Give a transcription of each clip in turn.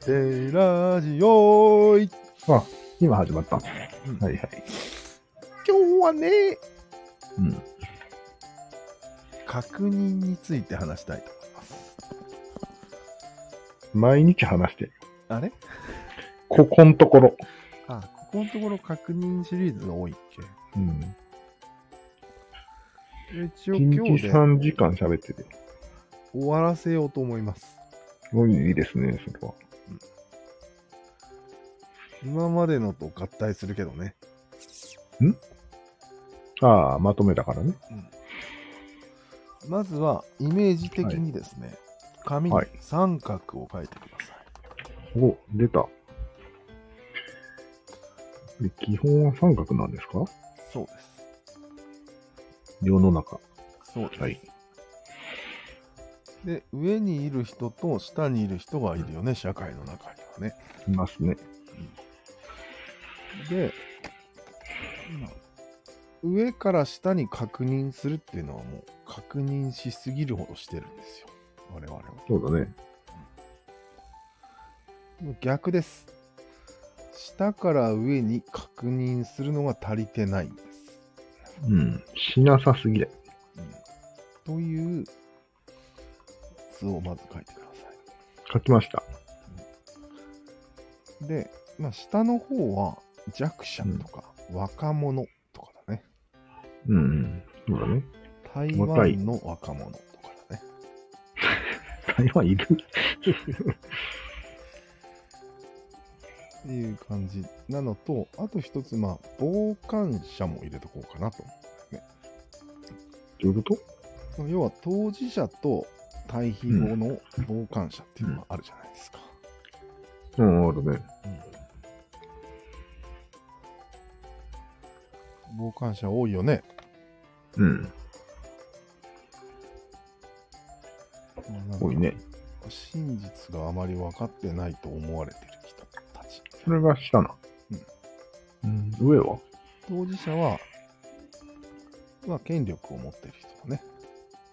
セイラジオーいあ、今始まった。はうんいはい。今日はね、うん。確認について話したいと思います。毎日話してる。あれここんところ。あ、ここのところ確認シリーズが多いっうん。けで一応今日1日で3時間喋ってて。終わらせようと思います。すごいいいですね、それは。今までのと合体するけどね。ああ、まとめたからね。まずは、イメージ的にですね、紙にはい三角を描いてください。お、出た。で基本は三角なんですかそうです。世の中。そうです。はい。で、上にいる人と下にいる人がいるよね、社会の中にはね。いますね。で、まあ上から下に確認するっていうのはもう確認しすぎるほどしてるんですよ。我々は。そうだね。もう逆です。下から上に確認するのが足りてないんです。うん。しなさすぎる。という図をまず書いてくださ書きました。い。で、まあ、下の方は弱者とか若者とかだね。うんうん。そうだね。台若い湾の若者とかだね。台湾いるっていう感じなのと、あと一つ、まあ、傍観者も入れとこうかなと思どういうことう。要は、当事者と対比後の傍観者っていうのがあるじゃないですか。うん、あるね。傍観者多いよね。うん。なんか多いね。真実があまり分かってないと思われてる人たち。それが下な。うん。上は当事者は、まあ、権力を持ってる人だね。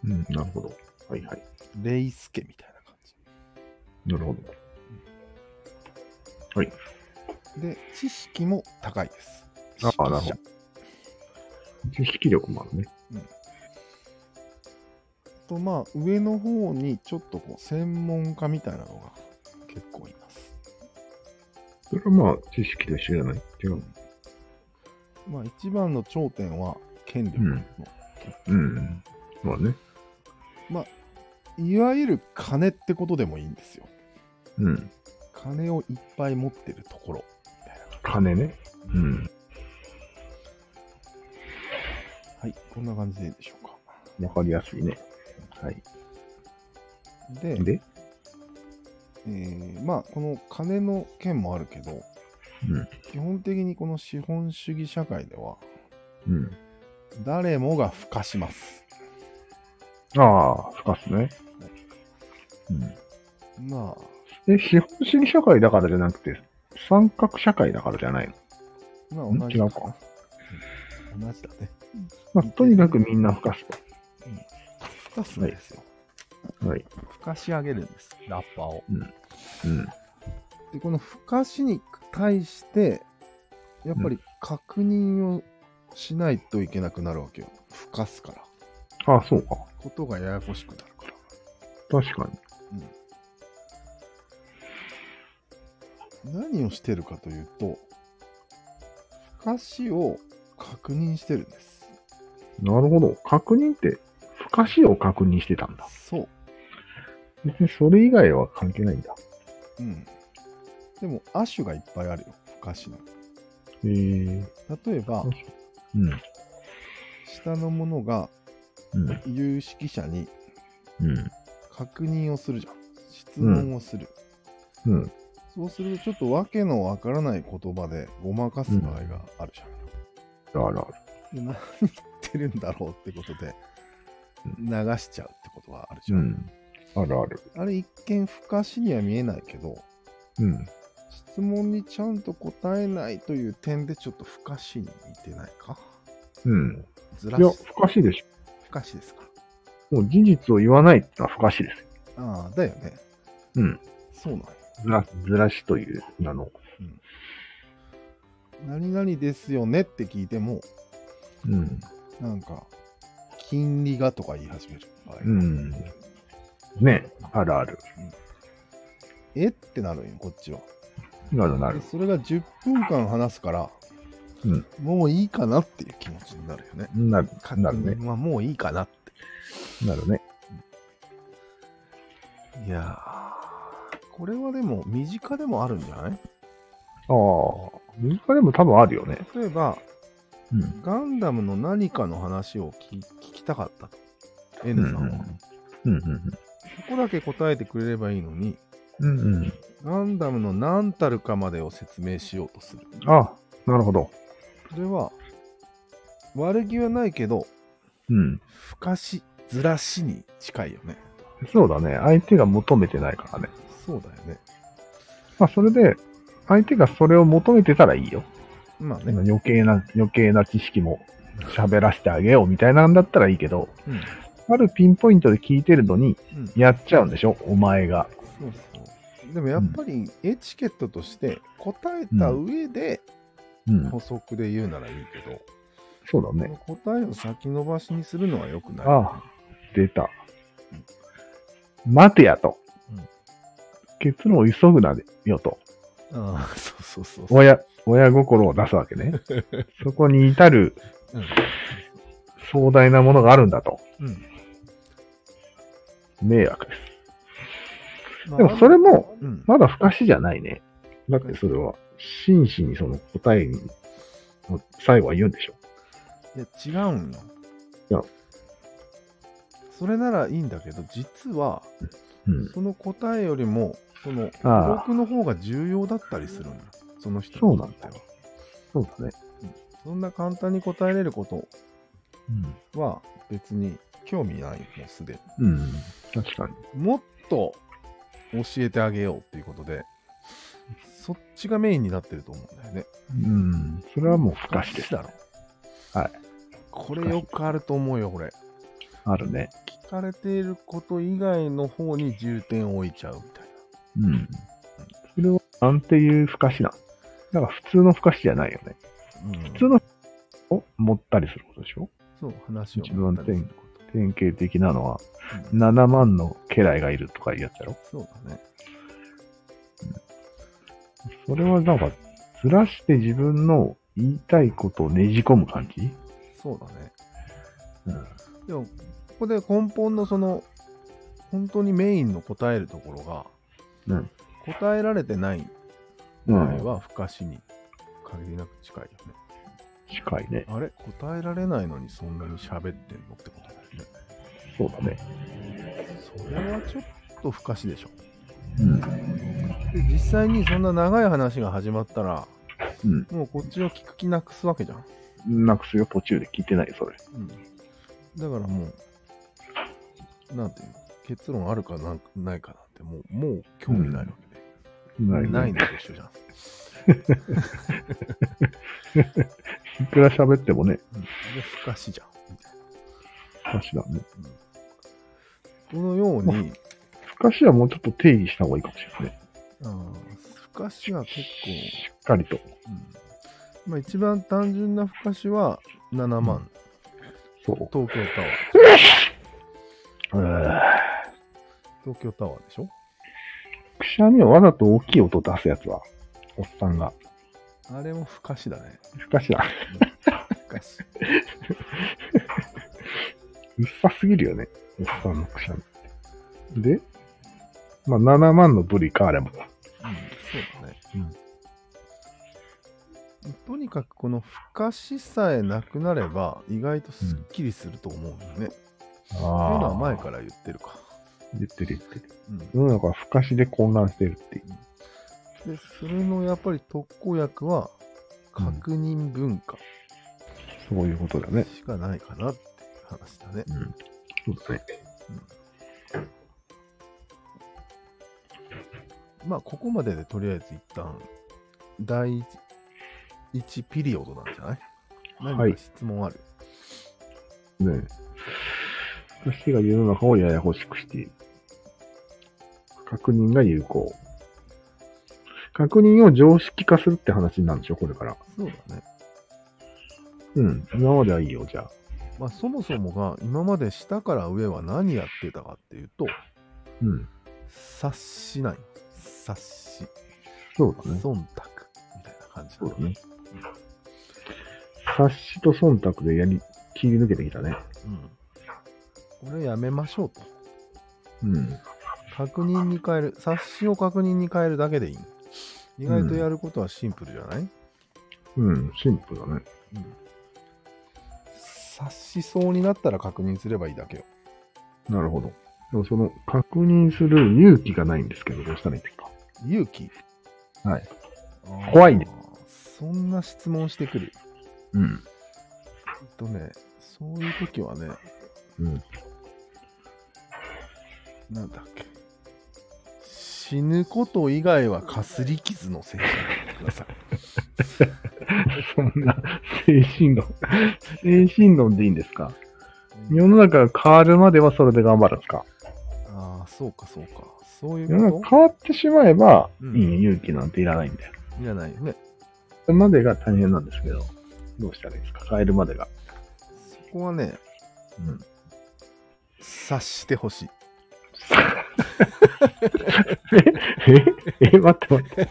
うん、なるほど。はいはい。レイスケみたいな感じ。なるほど。で、知識も高いです。ああなるほど識者知識力もあるね。とまあ上の方にちょっとこう専門家みたいなのが結構います。それはまあ、知識と一緒じゃない違う。まあ一番の頂点は権力の、うん。まあね。いわゆる金ってことでもいいんですよ。うん。金をいっぱい持ってるところみたいな感金ね。うん。じ。はい、こんな感じでいいでしょうか。わかりやすいね。はい。で、で、えーまあこの金の件もあるけど、うん基本的にこの資本主義社会ではうん。誰もが付加します。ああ、深っすね。まあうん。え、資本主義社会だからじゃなくて、三角社会だからじゃないの。まあ同んじかな違うかうん同じだね。まあ、とにかくみんな深すふかすんですよ。と。はい。ふかし上げるんです、ラッパを。うん。で、このふかしに対して、やっぱり確認をしないといけなくなるわけよ。ふかすから。ああ、そうか。ことがややこしくなるから。確かに。何をしてるかというと、ふかしを確認してるんです。なるほど。確認って、不可視を確認してたんだ。そう。別にそれ以外は関係ないんだ。うん。でも、亜種がいっぱいあるよ。ふかしの。へえー。例えばうん、うん。下の者がうん。有識者にうん。確認をするじゃん。質問をする。うん。そうすると、ちょっとわけのわからない言葉でごまかす場合があるじゃん。あるある。で何言ってるんだろうってことで、流しちゃうってことはあるじゃん。ん。あるある。あれ一見不可視には見えないけど、うん。質問にちゃんと答えないという点でちょっと不可視に似てないかうん。ずらいや、し、不可視でし不可視ですか。ょ。もう事実を言わないってのは不可視です。ああ、だよね。うん。そうなんよずら、ずらしという名の。何々ですよねって聞いても、うん。なんか、金利がとか言い始める。はいうん。ね、あるある。えってなるんよ、こっちは。なるなでる。それが10分間話すから、うんもういいかなっていう気持ちになるよね。なる、なるね。まあもういいかなって。なるね。いやー、これはでも身近でもあるんじゃないああ。身近でも多分あるよね。例えば、うん。ガンダムの何かの話を聞聞きたかったと。N さんは。うんうんそこだけ答えてくれればいいのに、うんうん。うんうん。ガンダムの何たるかまでを説明しようとする。ああ、なるほど。それは、悪気はないけど、うん。ふかし、ずらしに近いよね。そうだね。相手が求めてないからね。そうだよね。まあ、それで、相手がそれを求めてたらいいよ。まあね。余計な、余計な知識も喋らせてあげようみたいなんだったらいいけど、うん。あるピンポイントで聞いてるのに、うんやっちゃうんでしょお前が。そうそう。でもやっぱりエチケットとして答えた上でうん。補足で言うならいいけど、そうだね。答えを先延ばしにするのは良くない。ああ、出た。待てやとうん。結論を急ぐなよと。ああ、そうそうそうそう。親、親心を出す わけね。そこに至る壮大なものがあるんだと。うん。うん迷惑です。まあでもそれも、うん。まだ不可視じゃないね。だってそれは、真摯にその答えに、最後は言うんでしょ。いや、違うんよ。いやそれならいいんだけど、実は、うん。その答えよりも、その、ああ僕の方が重要だったりするんよ。その人そうになとっんてだは。そうだね。そんな簡単に答えれることは別に興味ないもうすでに。うん。うん。確かに。もっと教えてあげようっていうことで、そっちがメインになってると思うんだよね。うん。それはもう不可視です。だろ。はい。これよくあると思うよ、これ。あるね。聞かれていること以外の方に重点を置いちゃうみたいうん。それは、なんていう不可視なんだから普通の不可視じゃないよね。な。うん、普通のを持ったりすることでしょそう話を一番ったりするこ典型的なのは、とうん7万の家来がいるとかいうやつだろそうだね。それはなんか、ずらして自分の言いたいことをねじ込む感じそうだね。うん。でも、ここで根本のその、本当にメインの答えるところが、うん答えられてないう場合ん。は、不可視に限りなく近いよね。近いね。あれ答えられないのにそんなに喋ってんのってことだよね。そうだね。それはちょっと不可視でしょ。うん。で、実際にそんな長い話が始まったら、うんもうこっちを聞く気なくすわけじゃん。なくすよ、途中で聞いてない、それ。うん、だからもう、なんていうの、結論あるかなんないかなんて、もう、もう興味ないわけで。なないね。のと一緒じゃん。いくら喋ってもね、うん、で、不可視じゃん。みたいな不可視だね。このように、不可視はもうちょっと定義した方がいいかもしれないね。あー不可視は結しっかりと。構、うんまあ、一番単純な不可視は7万、そう。東京タワー。く東京タワーでしょしゃみをわざと大きい音出すやつは、おっさんが。あれも不可視だね。不可視だ。不可視。うっさすぎるよね。おっさんのくしゃみ。で、まあ、7万のブリか、あれも。うん、そうだね。とにかくこの不可視さえなくなれば意外とすっきりすると思うんだよね。っていうああ。のは前から言ってるか。言ってる言ってる。うん、世の中は不可視で混乱してるっていう。でそれのやっぱり特効薬は確認文化そういうことだね。しかないかなっていう話だね。うん。そうだね。まあここまででとりあえず一旦第一一ピリオドなんじゃないは何いか質問ある、ねえ。私が世の中をややこしくしている。確認が有効。確認を常識化するって話なんでしょ、これから。そうだね。うん。今まではいいよ、じゃあ。まあそもそもが今まで下から上は何やってたかっていうと、うん。察しない。察し。そうだね。忖度。みたいな感じそうだね。察しと忖度でやり、切り抜けてきたね。うん。これやめましょうと。うん。確認に変える。察しを確認に変えるだけでいい。意外とやることはシンプルじゃない、うん、シンプルだね。察しそうになったら確認すればいいだけよ。なるほど。でもその、確認する勇気がないんですけど、どうしたらいいですか勇気。はいあー。怖いねそんな質問してくる。うん。えっとね、そういう時はね、うん。なんだっけ。死ぬこと以外はかすり傷のせいにしてください。 そんな、精神論。 精神論でいいんですか世の中が変わるまではそれで頑張るんですかああ、そうかそうか。そうい世のうこ中変わってしまえば、うんいい勇気なんていらないんだよ。といらないよね。それまでが大変なんですけど、どうしたらいいですか変えるまでが。そこはね、うん。察してほしい。えええ待って待って。